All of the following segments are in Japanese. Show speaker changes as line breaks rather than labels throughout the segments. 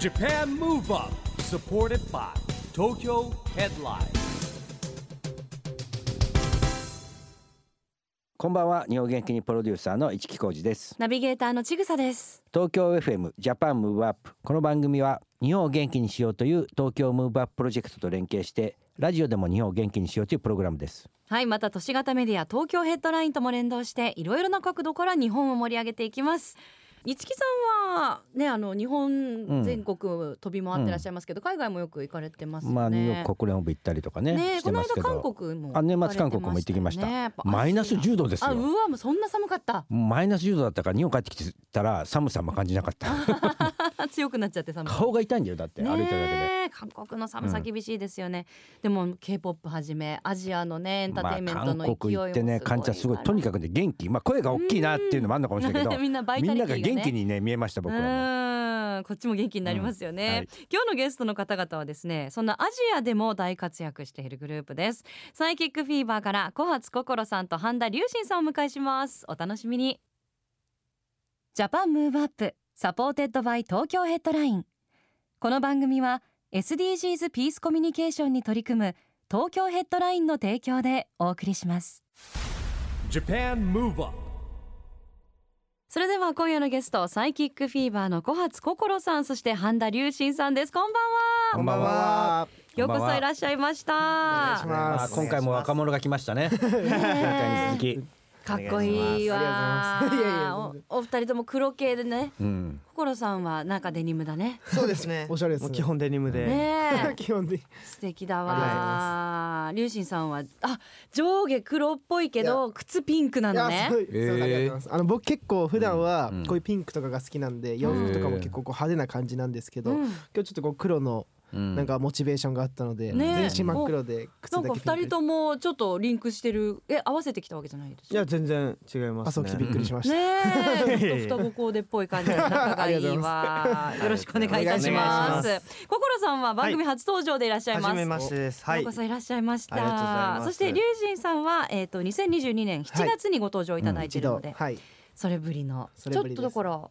JAPAN MOVE UP SUPPORTED BY TOKYO HEADLINE
こんばんは日本元気にプロデューサーの市木浩司です
ナビゲーターのちぐさです。
東京 FM ジャパンムーブアップこの番組は日本を元気にしようという東京ムーブアッププロジェクトと連携してラジオでも日本を元気にしようというプログラムです
はい、また都市型メディア東京ヘッドラインとも連動して、いろいろな角度から日本を盛り上げていきます。一木さんはね、あの日
ん
本全国飛び回ってらっしゃいますけど、海外もよく行かれてますよね。
まあニューヨーク国連本部行ったりとかね
ねえ、
し
こ
て
の
ます
間
けど
韓国も
あ年末
行かれ
韓国も行ってきました
ねやっぱ暑いな
マイナス10度です
あ、う
よ
わ、もうそんな寒かった。
マイナス10度だったから日本帰ってきたら寒さも感じなかった
強くなっちゃって寒い。
顔が痛いんだよだって歩いてるだけで
ねえ韓国の寒さ厳しいですよね、でも K-POP はじめアジアのねエンターテインメントの勢い
まあ、韓
もすごい
国行ってね患者すごいとに
か
かくね元気まあ声が大きいなっていうのもあるのかもしれないけど
みんなバイ
み
タ
ん
リテ
な
ィが、
が
ね、
元気にね見えました僕はもう
うんこっちも元気になりますよ
う
ね、
んはい
今日のゲストの方々はですねそんなアジアでも大活躍しているグループですサイキックフィーバーから小発心さんと半田龍心さんをお迎えしますお楽しみにジャパンムーブアップサポーテッドバイ東京ヘッドラインこの番組は SDGs ピースコミュニケーションに取り組む東京ヘッドラインの提供でお送りします
JAPAN MOVE UP
それでは今夜のゲストサイキックフィーバーの小発心さんそして半田龍心さんですこんばんは
こんばんは。
ようこそいら
っし
っしゃいまし
お願い
た
しま
ゃ
す
今回も若者が来ましたね。前回に続き。
かっこいいわ
ありがとうございます
おお二人とも黒系でね
うん。
心さんはなんかデニムだね
そうですね。
おしゃれです
も
ね
う基本デニムで。
ねえ
基本的に
素敵だ
ありがとうござい
わ龍心さんはあ上下黒っぽいけど靴ピンクないのね
やすごいすいませんありがとうございますあの僕結構普段は
うん
こういうピンクとかが好きなんで洋服とかも結構こう派手な感じなんですけど
うん
今日ちょっとこう黒の
な
なん、かモチベーションがあったので
ねえ
全身真っ黒で靴
な
だ
ん
け
か
ピンク
二人ともちょっとリンクしてるえ合わせてきたわけじゃないです
いや全然違いま
あ
す
そう
ね。
びっくりしました
ねえ、 ちょっと双子コーデっぽい感じで仲がいいわ。よろしくお願いいたしま。
お願いします
心さんは番組初登場でいらっしゃいます。
初めましてです。は
よ
いう
こ。そいらっしゃいました。
ありがとうございます
そして龍神さんはえっ、と2022年7月にご登場いただいてい
一
るの
度
で、
はい
それぶりの
そ
ち
れ
ょっ
ぶりです
とだから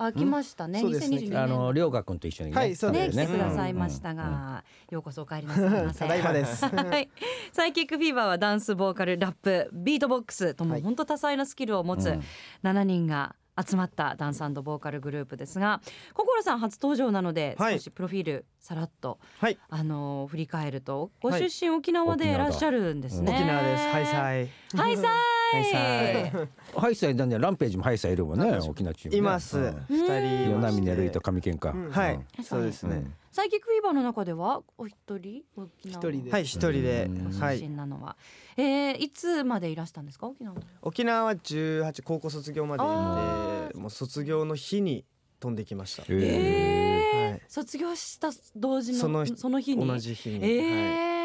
飽きましたね。
うんそうですね
2022年
あの涼河君と一緒にね。
はいそう
ね、
で
来
す
てく
ね
ださいましたが、ようこそお帰りなさいませ。
ただいまで す
はい、サイキックフィーバーはダンスボーカルラップビートボックスとも
はい
本当多彩なスキルを持
う
つ
ん
7人が集まったダンスボーカルグループですが心さん初登場なので
はい
少しプロフィールさらっと、
はい
あのー振り返るとご
は
出
い
身沖縄でいらっしゃるんですね。
沖縄です。ハイ
イ。
サイ。
ハイサイ。
ハイサイ
ハイサイだね、ランページもハイサイいるもんね、沖縄チームね。
います
うん。
二人い
与
ま
那
し
嶺
て。
瑠衣と上健か。
うん
は
うん
い。そうですね。
サイキックフィーバーの中ではお一人沖縄
一人で
はい一人で
うん。
は
出
い。
身なのは、えーいつまでいらしたんですか沖縄の
沖縄は十八高校卒業までい
あ
て、もう卒業の日に飛んできました。
へー
えー
はい
卒業した同時のそ
そ
の
の
日に
同じ日に。はい
えー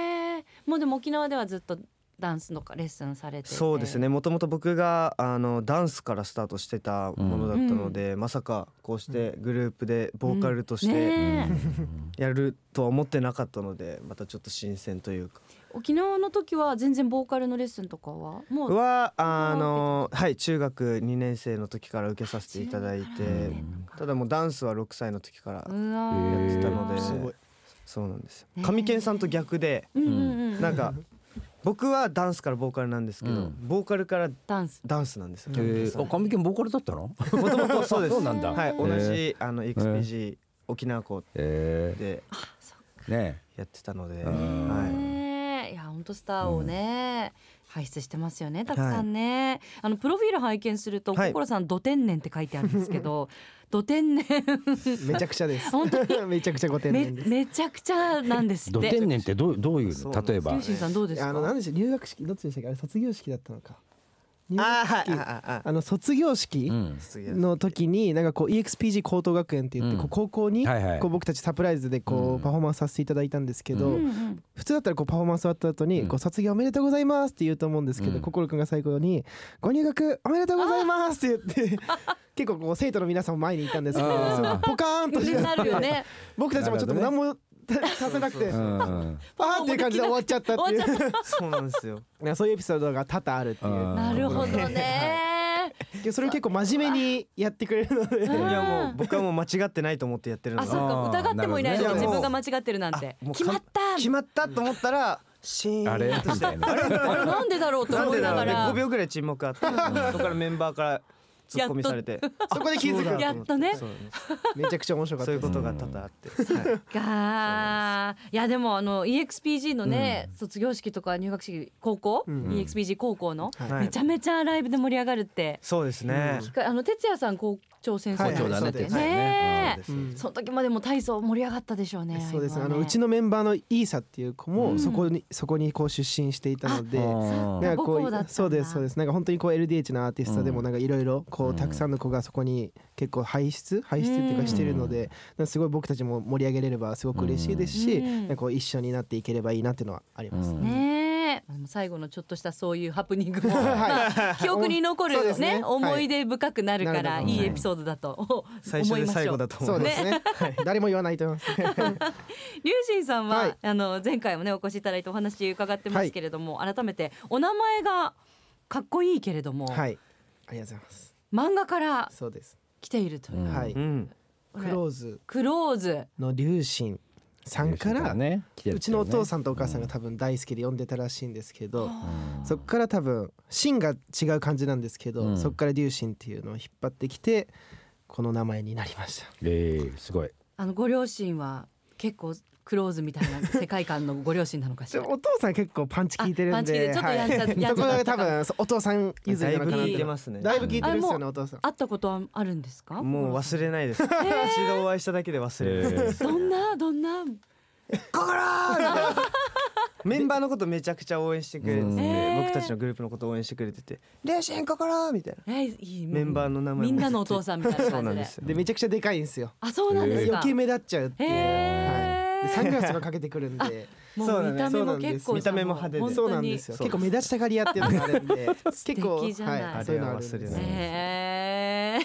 もうでも沖縄ではずっとダンスとかレッスンされてて
そうですね。もともと僕があのダンスからスタートしてたものだったので、まさかこうしてグループでボーカルとして。
ねえ
やるとは思ってなかったのでまたちょっと新鮮というか
沖縄の時は全然ボーカルのレッスンとかはもう
はあのはい中学2年生の時から受けさせていただいてただもうダンスは6歳の時から
うわー
やってた
のです
ごい
そうなんです
ね
よ上健さんと逆で
うんうんうん
なんか僕はダンスからボーカルなんですけ
う
ど
ん
ボーカルから
ダンス
ダンスなんですよ
えー。あ、上健ボーカルだったの。
もともとそうです
そうなんだ。
はい
へ
同
ー。
じあの XPG 沖縄校
え
で
ーね。
やってたので
うん
はい
ねえいや本当スターをね、輩出してますよねたくさんね、あのプロフィール拝見すると、
はい
心さん「ど天然」って書いてあるんですけ どど天然
めちゃくちゃです
本当
めちゃくちゃご丁
め
寧です
めちゃくちゃなんですって
ど天然ってどう、どういう
そう
の、例えば
龍。神さんどうですか
あの何でしょう入学式どっちでしたっけあれ卒業式だったのか入
あ
学
ーはい
式
あーあーあ
あの卒業式、
うん。
ー
の時になんかこう EXPG 高等学園って言って
うん
こう高校に
はいはい
こう僕たちサプライズでこ
うん
うパフォーマンスさせていただいたんですけど
うんうん
普通だったらこうパフォーマンス終わった後
うん
にこう卒業おめでとうございますって言うと思うんですけ
う
ど
ん
心くんが最後にご入学おめでとうございますって 言って結構こう生徒の皆さんも前にいたんですけど
あー
すごいポカーンとして
ねなるよね
僕たちもちょっと
なる
何もさせなくて
う
あ
ん。
ーっていう感じで終わっちゃったって
終
い
わっ
う
そうなんですよ
そういうエピソードが多々あるっていう
あー
なるほどね
けどそれを結構真面目にやってくれるので
うん
いやもう僕はもう間違ってないと思ってやってるの
あ
で
そうか
あー
疑ってもいないのに
なる
自
ほど
分が
ね
間違ってるなんて
あもう
決まった
決まったと思ったらシ
あれ
ーンとして
みたいな
あれなんでだろうと
なん
思い
でだ
な
ろ
がら
うね5秒ぐらい沈黙あってそこからメンバーからツッコミされて
そこで気づく
やっとね
そうだね
めちゃくちゃ面白かっ
そ
た
うい
で
う
す
ことが多々あってはい
かいやでもあの EXPG のね、卒業式とか入学式高校、
うん
EXPG 高校の、
はい
めちゃめちゃライブで盛り上がるって、
そうですね
きっかあの哲也さん校長先生
はい
でしたっ
校
け
長だ
ね
ね
そうです
う
ね
ん
その時までも体操盛り上がったでしょうね
そうですね
ラ
あ
イブは
のうちのメンバーのイーサっていう子
う
も
ん
そこにそこにこう出身していたので
うん
なんかこ
母校だったんだ
うそうですそうですなんか本当にこう LDH のアーティストで
う
も
ん
なんかいろいろこ
う
うんたくさんの子がそこに結構輩出輩出っていう
うん
かしてるのでなんかすごい僕たちも盛り上げれればすごく嬉しいですし
うん
なんかこう一緒になっていければいいなっていうのはあります
う。ん
ねえ最後のちょっとしたそういうハプニングも、ま あ記憶に残
そうで
る、
す
ね
ねはい
思い出深くなるから
なるほ
い
ど
いエピソードだと思
最初
い
で
ま
最
しょ
後
う
だと思
そううですね。はい誰も言わないと思 います。
リュウジンさんは、
はい
あの前回もねお越しいただいてお話伺ってますけれども、改めてお名前がかっこいいけれども、
はい。ありがとうございます。
漫画から
そうです。
来ているという、
うん
はい。
うん
こ
ク
れ
ローズ
クローズ
の龍神さんから、
ね来てる
う
って
ち
いね
のお父さんとお母さんが多分大好きで読んでたらしいんですけど、
うん
そっから多分芯が違う感じなんですけど、
うん
そっから龍神っていうのを引っ張ってきてこの名前になりました。
ええすごい
あのご両親は結構クローズみたいな世界観のご両親なのかし
ち
ら
ょお父さん結構パンチ効いてるん
あ
で、
パンチ効いてるちょっとやんちゃ
はい、そこ
や
が
んちゃだった
多
か
分そうお父さん譲
だ
り
い
なの
ぶ
かなっ
聞い
て
てますね
だいぶ聞いてるっすよね
あ
お父さん。
会ったことはあるんですか
もう忘れないです一度お会いしただけで忘れない
え
どんなどんな
メンバーのことめちゃくちゃ応援してくれてて
うん
へー
僕たちのグループのこと応援してくれてて「レーシン心!」みたいな
えいい
メンバーの名前も
みんなのお父さんみたいな
そう
感
な
じ
ん
で
ですよ
でめちゃくちゃでかいんですよ。
あそうなんですか
余計目立っちゃうっていう。
へー
はい、でサングラスとかかけてくるんで。
も
そうう
見た
なんです
目も結構
見た目も派手で
本
そう
当
なん
に
ですよ。
そう
結構目立ちたがり屋っていうのがあるんで、結構
素敵じゃない
はい、そういうのあるんです
あれは忘れない
へ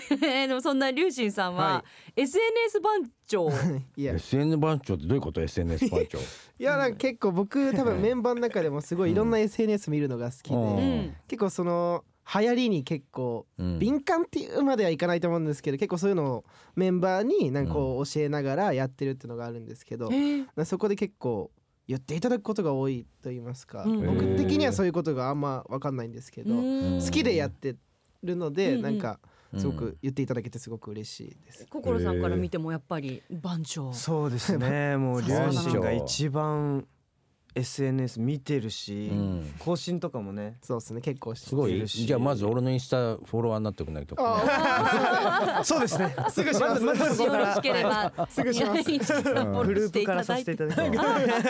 え でもそんな龍神さんは
は
SNS 番 長
いや
SN 番長ってどういうこと SNS 番長
いやなんか結構僕多分メンバーの中でもすごいいろんな SNS 見るのが好きで、
うん
うん
結構その流行りに結構
うん
敏感っていうまではいかないと思うんですけど結構そういうのをメンバーになんかこう教えながらやってるっていうのがあるんですけど、
へえ
まあそこで結構言っていただくことが多いと言いますか、
うん
僕的にはそういうことがあんま分かんないんですけど、
うん
好きでやってるので、
うん
なんか
うん
すごく言っていただけてすごく嬉しいです。
心さんから見てもやっぱり番長
そうです ねもう両親が一番 SNS 見てるし、
うん
更新とかもね
そうですね結構
すご
い
い
るし
じゃあまず俺のインスタフォロワーになってくんないと
そうです ね
すぐします
まずまず
よろしければ
すぐします
いやいいですフォロ
グ
ー
ル
し
ー
て
プ
い
か
た
ら
だ
さ
い
せて
て
いただいて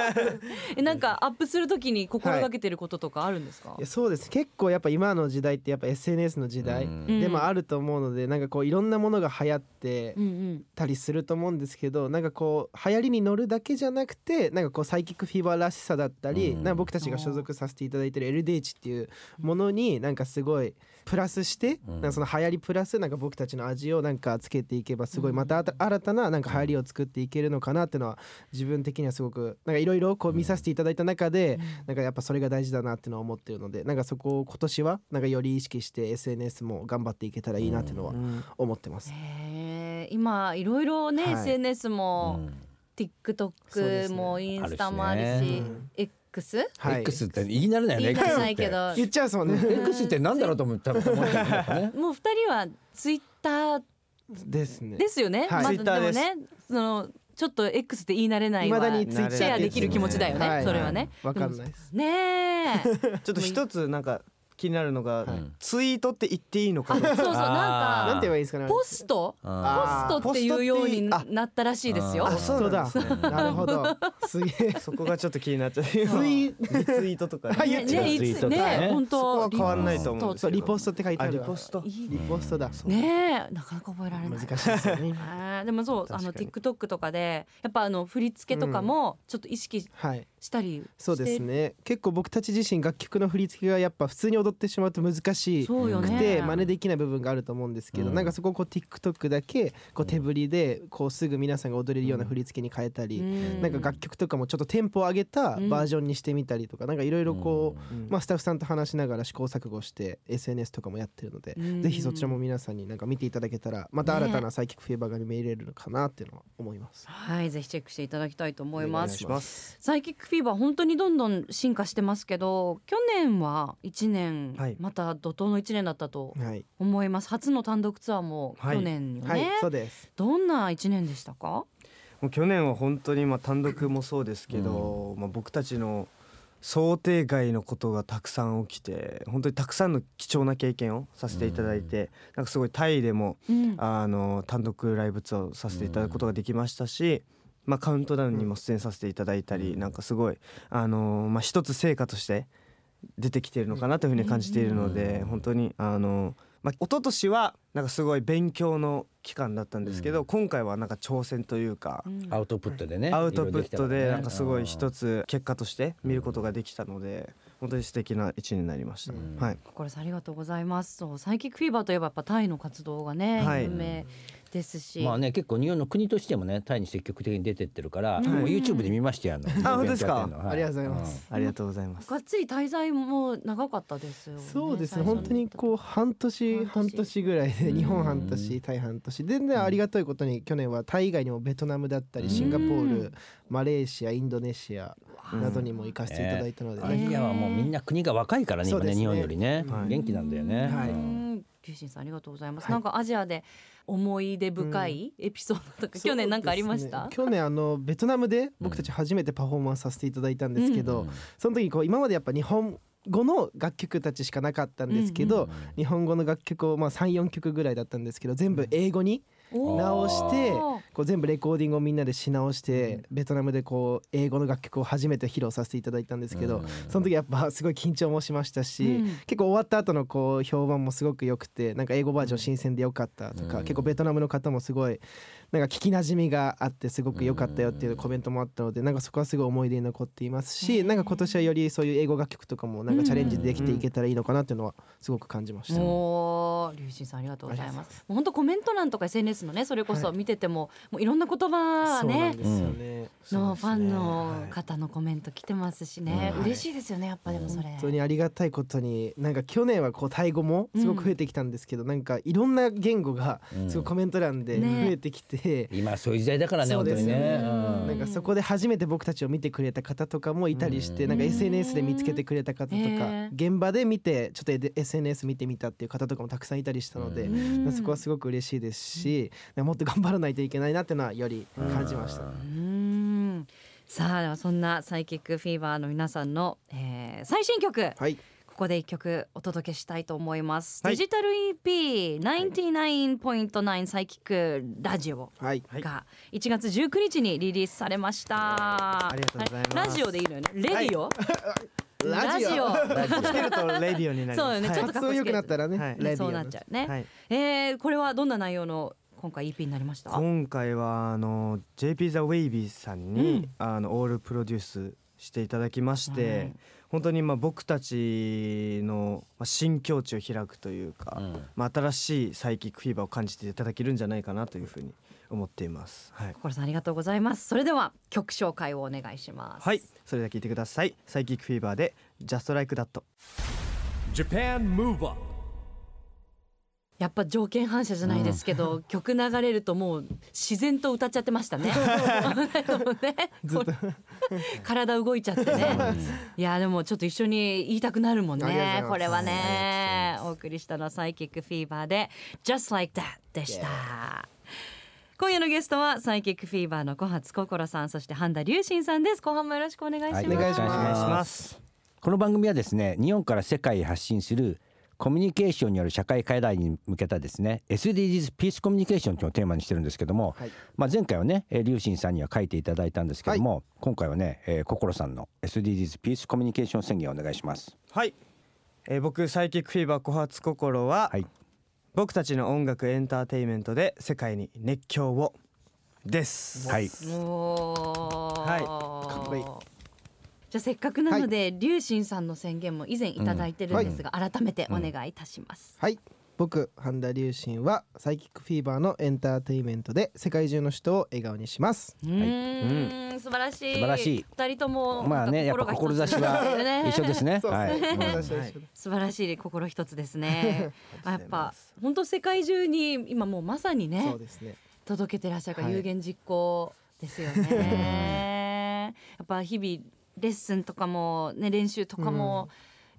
えなんかアップするときに心がけてることとかあるんですか
いやそうです結構やっぱ今の時代ってやっぱ SNS の時代
うん
でもあると思うのでなんかこういろんなものが流行って
うんうん
たりすると思うんですけどなんかこう流行りに乗るだけじゃなくてなんかこうサイキックフィーバーらしさだったり
うん
なんか僕たちが所属させていただいてる LDH っていうものになんかすごいプラスして
うん
なんかその流行りプラスなんか僕たちの味をなんかつけていけばすごいまたあた新たななんか流行りを作っていけるのかなっていうのは自分的にはすごくなんかいろいろこう見させていただいた中でなんかやっぱそれが大事だなっていうのは思ってるのでなんかそこを今年はなんかより意識して SNS も頑張っていけたらいいなっていうのは思ってます。
へえ今いろいろね、
はい
SNS
思
も、
う
そうで
TikTok
すね
もインスタもあるし
あるし
ね
X?
はい
X って言い慣れないよね
言い
X って
たないけど
言っちゃうそうね
X ってなんだろうと思って多分思ってたんだ よね
もう二人はツイッター
ですね。
ですよね、
はい
まあで
Twitter
もねそのちょっと X って言い慣れない
未
は
だにツイッター
シェアできる気持ちだよね、
はい
それはね、
わかんないです。
ね え
ちょっと一つなんか気になるのが、
はい
ツイートって言っていいのか
あそうそう
あー
な
なん
ん
て
か
言えばいいんですかね。
ポストポ
あ
あ
ストっていうように
あ
なったらしいですよ
あ
あそうなんですね
本当だなるほど。すげえ。
そこがちょっと気になっちゃって
ツイ
リツイートとかね、
はい
ね
言っちゃう
ねい
ツイー
つ
トとかね
ね本当
そこは変わんないと思うんです
そう
けど
リポストって書いてあるわ。
あリポスト
いい
リポストだ。
ねえなかなか覚えられない
難しいですよね。
あーでもそうあの
確かに
TikTok とかでやっぱあの振り付けとかもちょっと意識
はい。
したりして
そうですね結構僕たち自身楽曲の振り付けがやっぱ普通に踊ってしまうと難しい
そうよ
く
ね
て真似できない部分があると思うんですけど、
うん
なんかそこをこう TikTok だけこう手振りでこうすぐ皆さんが踊れるような振り付けに変えたり、
う
なんか楽曲とかもちょっとテンポを上げたバージョンにしてみたりとか、なんかいろいろこう、まあ、スタッフさんと話しながら試行錯誤して SNS とかもやってるので、
うん
ぜひそちらも皆さんになんか見ていただけたらまた新たなサイキックフィーバーが見れるのかなっていうのは思います。
はいぜひチェックしていただきたいと思いま
お願い
す
します
サイキックフィーバー本当にどんどん進化してますけど去年は1年、
はい
また怒涛の1年だったと
はい、
思います初の単独ツアーも
はい
去年よね、
はい、そうです。
どんな1年でしたか
もう去年は本当にまあ単独もそうですけど、まあ、僕たちの想定外のことがたくさん起きて本当にたくさんの貴重な経験をさせていただいて、なんかすごいタイでも
うん
あの単独ライブツアーをさせていただくことができましたし、まあ、カウントダウンにも出演させていただいたり、なんかすごい、あのまあ、一つ成果として出てきているのかなというふうに感じているので、本当に、あのまあ、一昨年はなんかすごい勉強の期間だったんですけど、今回はなんか挑戦というか。
うん
アウトプットでね
アウトプットでなんかすごい一
つ
つ結果として見ることができたので本当に素敵な一年になりました、
うん
はい
心さんありがとうございますそうサイキックフィーバーといえばやっぱタイの活動がね、
はい
有名ですし、
まあね結構日本の国としてもねタイに積極的に出てってるから、
い
もう YouTube で見ましたよあの
あ本当ですか
イベントやってんのは
ありがとうございます
ありがとうございます
がっつり滞在も長かったですよね
そうです
最
ね
初の
本当にこう半年
半年
半年ぐらいで
うん
日本半年タイ半年でねありがたいことに去年はタイ以外にもベトナムだったりシンガポー
うん
ルマレーシアインドネシアなどにも行かせていただいたので
ア
ね
ジアはもうみんな国が若いからね
そ
今
うで
ね
すね
日本よりね、
はい
元気なんだよね、
はい
うん
龍神さんありがとうございます、
はい
なんかアジアで思い出深いエピソードとか、去年なんかありました、
そうですね去年あのベトナムで僕たち初めてパフォーマンスさせていただいたんですけど、
うん
その時こう今までやっぱ日本語の楽曲たちしかなかったんですけど、日本語の楽曲をまあ34曲ぐらいだったんですけど全部英語に
おー
直して
おー
こう全部レコーディングをみんなでし直してベトナムでこう英語の楽曲を初めて披露させていただいたんですけ
う
ど
ん
その時やっぱすごい緊張もしましたし
うん
結構終わった後のこう評判もすごく良くてなんか英語バージョン新鮮で良かったとか
うん
結構ベトナムの方もすごいなんか聞きなじみがあってすごく良かったよっていうコメントもあったのでなんかそこはすごい思い出に残っていますしなんか今年はよりそういう英語楽曲とかもなんかチャレンジできていけたらいいのかなっていうのはすごく感じました。
もう龍神さんありがとうございます
ありがとうございま
もう本当コメント欄とか SNS のねそれこそ
はい
見てても、もういろんな言葉
そうなん
ね
ですよね
のファン
そう
の
ですね
方のコメント来てますしね、
うん
嬉しいですよねやっぱでもそれ、
本当にありがたいことになんか去年はこうタイ語もすごく増えてきたんですけど、なんかいろんな言語が
うん
すごいコメント欄で増
ね
えてきて、
今そういう時代だからね
そう
本当
です
に
よ
ね
ね
うん
なんかそこで初めて僕たちを見てくれた方とかもいたりして、
うん
なんか SNS で見つけてくれた方とか、
へー
現場で見てちょっとえで SNS 見てみたっていう方とかもたくさんいたりしたので、
う
うん
そこはすごく嬉しいですし、なんかもっと頑張らないといけないなっていうのはより感じました。
うーんさあではそんなサイキックフィーバーの皆さんの、えー最新曲、
はい、
ここで一曲お届けしたいと思います、
はい
デジタル EP99.9 サイキックラジオ
はい、
が1月19日にリリースされました、
ありがとうございます
ラジオでいいのよねレディオ、
ラジオ
ラジオつけるとレディオになります
そうよねちょっと
発音良くなったらね、
はい
ライブ
そうなっちゃうね、
はい
えーこれはどんな内容の今回 EP になりました
今回はあの JP ザ・ウェイビーさんに、あのオールプロデュースしていただきまして、
うん
本当にまあ僕たちのまあ新境地を開くというか、
うん
まあ、新しいサイキックフィーバーを感じていただけるんじゃないかなというふうに思っています。はい
心さんありがとうございますそれでは曲紹介をお願いします
はい、それでは聞いてください。サイキックフィーバーで Just Like That。
Japan Move Up
やっぱ条件反射じゃないですけど、曲流れるともう自然と歌っちゃってました ね。 でもねこれ体動いちゃってね。いやでもちょっと一緒に言いたくなるもん
ありがと
ね。
うございます
これはね、お送りしたのはサイキックフィーバーで Just Like That でした。今夜のゲストはサイキックフィーバーの小初心さんそして半田龍心さんです後半もよろしくお願いします、
は
お願いします
お願いします。
この番組はですね日本から世界へ発信するコミュニケーションによる社会課題に向けたですね SDGs ピースコミュニケーションというのをテーマにしてるんですけども、
はい
まあ、前回はねえー龍神さんには書いていただいたんですけども、今回はね、えー、心さんの SDGs ピースコミュニケーション宣言をお願いします。
はい、えー僕サイキックフィーバー小発心は、
はい、
僕たちの音楽エンターテインメントで世界に熱狂をです。
はい
おー
はい
かっこいい
じゃあせっかくなので、龍神さんの宣言も以前いただいてるんですが、改めてお願いいたします。
はい僕半田龍心はサイキックフィーバーのエンターテインメントで世界中の人を笑顔にします
うーん素晴らしい。
素晴らしい
二人とも
まあねやっぱ
心が一つ
志は一緒ですね。はい。うん
素晴らしい心一つです ね。あやっぱ本当世界中に今もうまさに
そ
ね
うですね
届けてらっしゃるから
はい
有言実行ですよね。 やっぱ日々レッスンとかもね練習とかも、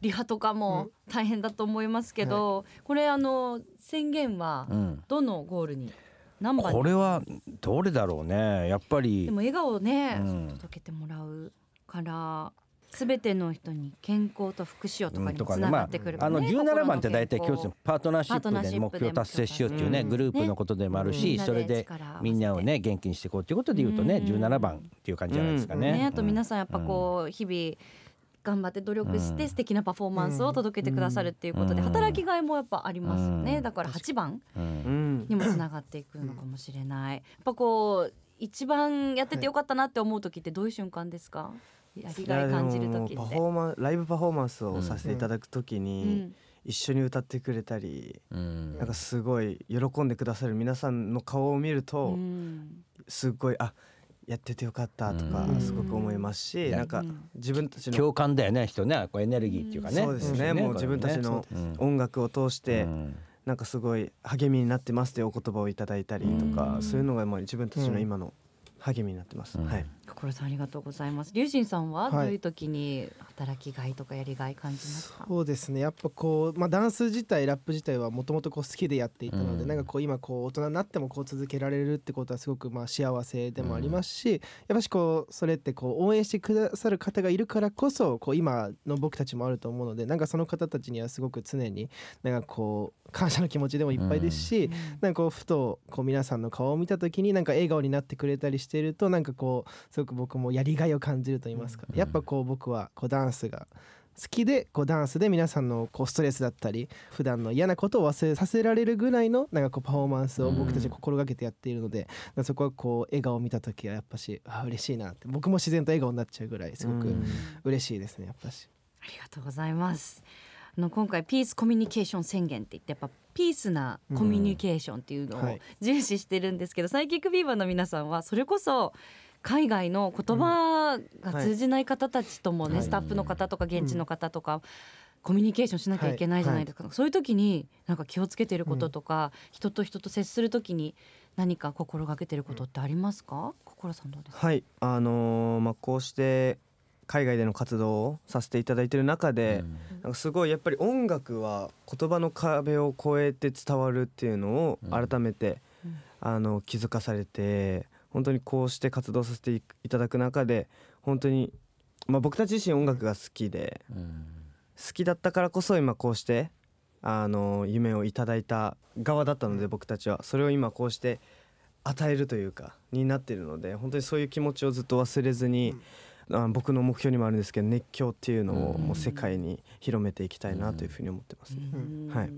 リハとかも大変だと思いますけど、これあの宣言は
うん
どのゴールに何番に
これはどれだろうね。やっぱり
でも笑顔をね、
うん
届けてもらうから。すべての人に健康と福祉をとか
うん
に
と
も
か
つ
ね
ながってくる
あの
心
17番って
健康
大体共通のパートナーシッ
パートナー
プ
シッ
で目
プで
標達成しようっていうね
うん
グループのことでもある
み
し
んなで
それで
力合わせて
みんなをね元気にしていこうということで言うとね
うん
17番っていう感じじゃないですかね。
ね、あと皆
さ
さんやっぱこう日々頑張って努力し
う
て
ん
素敵なパフォーマンスを届けてくださるっていうことで
うん
働きがいもやっぱありますよ
う
ね
ん
だから8番
う
うん
ん
にもつながっていくのかもしれないやっぱこう一番やっててよかったなって思う時ってどういう瞬間ですかやり
い
が
や
い
でも
感じる時
パ
っ
フ
て
ォーマンライブパフォーマンスをさせていただくとき
う
に
ん
一緒に歌ってくれたり、
うん
なんかすごい喜んでくださる皆さんの顔を見る
う
と、
ん
すごいあやっててよかったとか
うん
すごく思いますし、
うん
なんか
うん
自分たちの
共感だよね人ねこうエネルギーっていうかね。
そうですねもう自分たちの
うん
音楽を通して、
うん
なんかすごい励みになってますっていうお言葉をいただいたりとか、
うん
そういうのがまあ自分たち
う
の
ん
今の励みになってます、
うん
はい
心さんありがとうございます龍神さんはど
はいう
いう時に働きがいとかやりがい感じますか
そうですねやっぱこう、まあ、ダンス自体ラップ自体はもともと好きでやっていたので、
うん
なんかこう今こう大人になってもこう続けられるってことはすごくまあ幸せでもありますし、やっぱしこうそれってこう応援してくださる方がいるからこそこう今の僕たちもあると思うのでなんかその方たちにはすごく常になんかこう感謝の気持ちでもいっぱいですし、なんかこうふとこう皆さんの顔を見た時になんか笑顔になってくれたりしてるとなんかこうすごく僕もやりがいを感じると言いますか、
うん
やっぱこう僕はこうダンスが好きでこうダンスで皆さんのこうストレスだったり普段の嫌なことを忘れさせられるぐらいのなんかこうパフォーマンスを僕たちは心がけてやっているので、なんかそこはこう笑顔を見た時はやっぱしあ嬉しいなって僕も自然と笑顔になっちゃうぐらいすご
う
く
ん
嬉しいですねやっぱし。
ありがとうございます。あの今回ピースコミュニケーション宣言って言ってやっぱピースなコミュニケーションっていうの
うんは
を
い
重視してるんですけど、サイキックビーバーの皆さんはそれこそ海外の言葉が通じない方たちともね、
はい
スタッフの方とか現地の方とか、コミュニケーションしなきゃいけないじゃないですか、そういう時になんか気をつけてることとか、人と人と接する時に何か心がけてることってありますか、心さんどうですか、
はいあのーまあ、こうして海外での活動をさせていただいてる中で、なんかすごいやっぱり音楽は言葉の壁を越えて伝わるっていうのを
うん
改めて、
うん
あの気づかされて本当にこうして活動させていただく中で本当に、まあ、僕たち自身音楽が好きで
うん
好きだったからこそ今こうしてあの夢をいただいた側だったので僕たちはそれを今こうして与えるというかになっているので本当にそういう気持ちをずっと忘れずに、あ僕の目標にもあるんですけど熱狂っていうのをもう世界に広めていきたいなというふうに思ってます、
うん
はい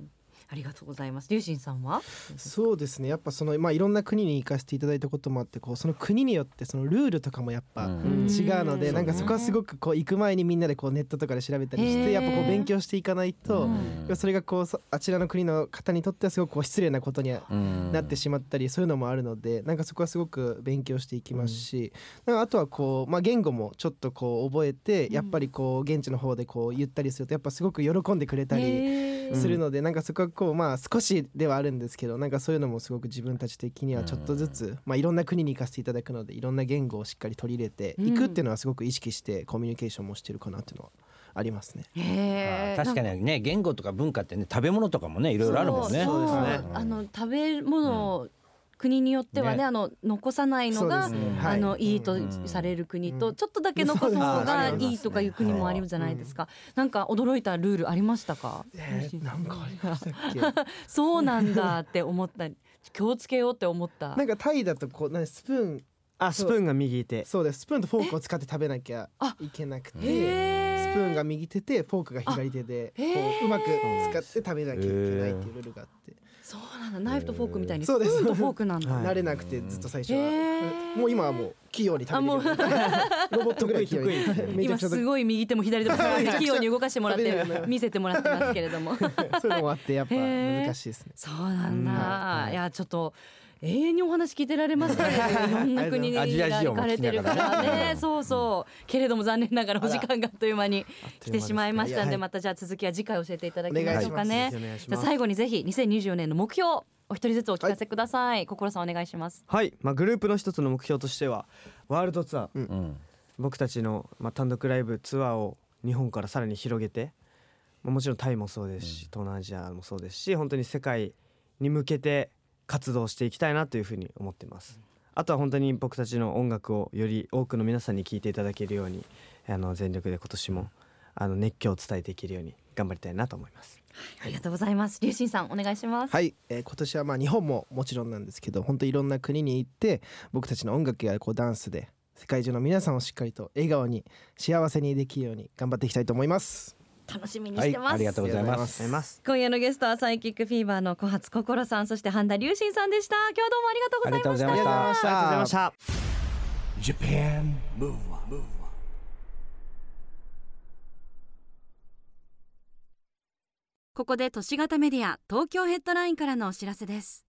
ありがとうございます。龍神さんは
そうですねやっぱその、まあ、いろんな国に行かせていただいたこともあってこうその国によってそのルールとかもやっぱ
う
違
ん
うので、
うん
なんかそこはすごくこう行く前にみんなでこうネットとかで調べたりし
へー
てやっぱこう勉強していかないと、それがこうそあちらの国の方にとってはすごくこう失礼なことに
うん
なってしまったりそういうのもあるのでなんかそこはすごく勉強していきますし、なんかあとはこう、まあ、言語もちょっとこう覚えてやっぱりこう現地の方でこう言ったりするとやっぱすごく喜んでくれたり。
へー
するので、なんかそこはこうまあ少しではあるんですけどなんかそういうのもすごく自分たち的にはちょっとずつ、まあ、いろんな国に行かせていただくのでいろんな言語をしっかり取り入れていくっていうのはすごく意識してコミュニケーションもしてるかなっていうのはあり ますね。
へ
あ
ー
確かにね言語とか文化ってね食べ物とかもねいろいろあるもんね。
そう
そうです
ね
あの食べ物を、国によってはね
ね
あの残さないのが、
そう
ですね
あの、、
はい
いと
うん
される国と、
うん
ちょっとだけ残すのが
そうですね
いいとかいう国もあるじゃないですか、なんか驚いたルールありましたか、
えー、なんかありましたっけ
そうなんだって思った気をつけようって思った
なんかタイだとこうなんかスプーン
あスプーンが右手
そうですスプーンとフォークを使って食べなきゃ
あ
いけなくて
へ
スプーンが右手でフォークが左手でこ
へー
ううまく使って食べなきゃいけないっていうルールがあって。
そうなんだナイフとフォークみたいにスプ
そうです
ーンとフォークなんだ、
はい
慣れなくてずっと最初
へ
は
ー
もう今はもう器用に食べれるようになった ロボットぐらい器用にめちゃ
今
くちゃ
すごい右手も左手も器用に動かしてもらっ
食べ
て
れるようにな
見せてもらってますけれども
そういうのもあってやっぱ難しいですね
そうなんだ、
うん
はいはい
いやちょっと永遠にお話聞いてられますねいろんな国に
アジア事情
行
も聞
かれ
き
て
な
る
が
から
ね
らねそうそうけれども残念ながらお時間があっという間に来てしまいましたん
あ
で
ら
またじゃあ続きは次回教えていただ
お
きま
願
し
い
ょ
し
う
ま
か
す
ね
ぜひお願いし
じ
ま
ゃあ
す
最後にぜひ2024年の目標お一人ずつお聞かせください、心さんお願いします
はい、まあ、グループの一つの目標としてはワールドツアー
うん
僕たちの、まあ、単独ライブツアーを日本からさらに広げて、まあ、もちろんタイもそうですし、東南アジアもそうですし本当に世界に向けて活動していきたいなというふうに思ってます。あとは本当に僕たちの音楽をより多くの皆さんに聴いていただけるようにあの全力で今年もあの熱狂を伝えていけるように頑張りたいなと思います。
ありがとうございます龍神さんお願いします、
はい、えー今年はまあ日本ももちろんなんですけど本当いろんな国に行って僕たちの音楽やこうダンスで世界中の皆さんをしっかりと笑顔に幸せにできるように頑張っていきたいと思います。
楽しみに
は
し
い
てます、
ありがとうござい
ありがとう
ま
ございますす
あります。
今夜のゲストはサイキックフィーバーの小初心さんそして半田龍神さんでした今日はどうもありがとうございました
ありがとうございました
ありがとうございました。
Japan Move Up, Move Up.
Japan ここで都市型メディア東京ヘッドラインからのお知らせです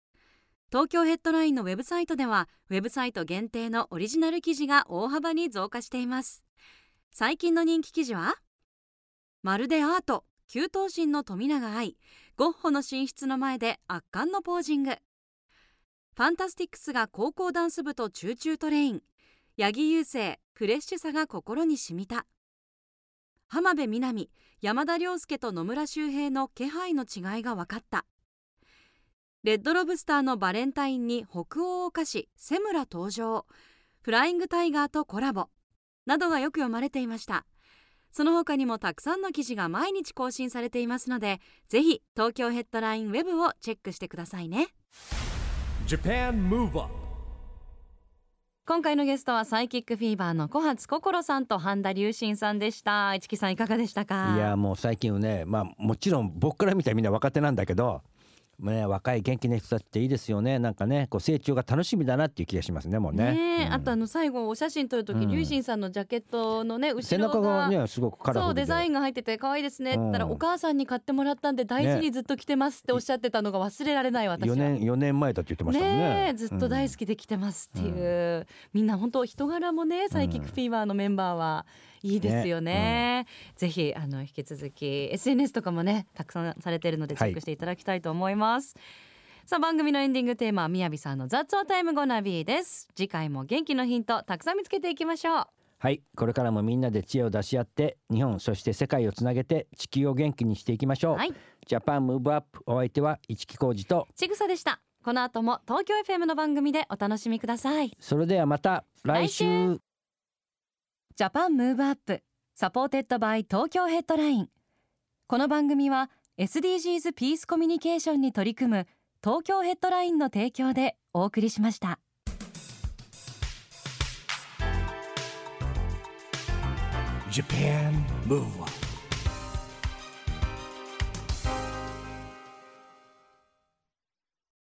東京ヘッドラインのウェブサイトではウェブサイト限定のオリジナル記事が大幅に増加しています最近の人気記事はまるでアート急頭身の富永愛ゴッホの寝室の前で圧巻のポージングファンタスティックスが高校ダンス部とチューチュートレイン八木雄星フレッシュさが心に染みた浜辺美波山田涼介と野村周平の気配の違いが分かったレッドロブスターのバレンタインに北欧お菓子セムラ登場フライングタイガーとコラボなどがよく読まれていましたその他にもたくさんの記事が毎日更新されていますのでぜひ東京ヘッドラインウェブをチェックしてくださいね
Japan Move Up.
今回のゲストはサイキックフィーバーの小初心さんと半田龍神さんでした一木さんいかがでしたか
いやもう最近はねまあもちろん僕から見たらみんな若手なんだけど、ね、若い元気な人たちっていいですよねなんかねこう成長が楽しみだなっていう気がしますねもうね。
ねえ
うん
あとあの最後お写真撮る時
うん
龍神さんのジャケットのね後
背
ろ
中
が
がねすごくカラフ
そう
ルで
デザインが入ってて可愛いですねって言ったら、
うん
お母さんに買ってもらったんで大事に
ね
ずっと着てますっておっしゃってたのが忘れられない私は
4年4年前だって言ってましたもんね
ねえずっと大好きで来てますっていう、みんな本当人柄もねサイキックフィーバーのメンバーはいいですよねぜひあの引き続き SNS とかもねたくさんされてるのでチェックしていただきたいと思います、さあ番組のエンディングテーマはみやびさんの雑音タイムゴナビーです次回も元気のヒントたくさん見つけていきましょう
はいこれからもみんなで知恵を出し合って日本そして世界をつなげて地球を元気にしていきましょう、
はい
ジャパンムーブアップお相手は市木浩二と
ちぐさでしたこの後も東京 FM の番組でお楽しみください
それではまた来週
ジャパンムーブアップサポーテッドバイ東京ヘッドラインこの番組は SDGs ピースコミュニケーションに取り組む東京ヘッドラインの提供でお送りしました。
Japan Move Up.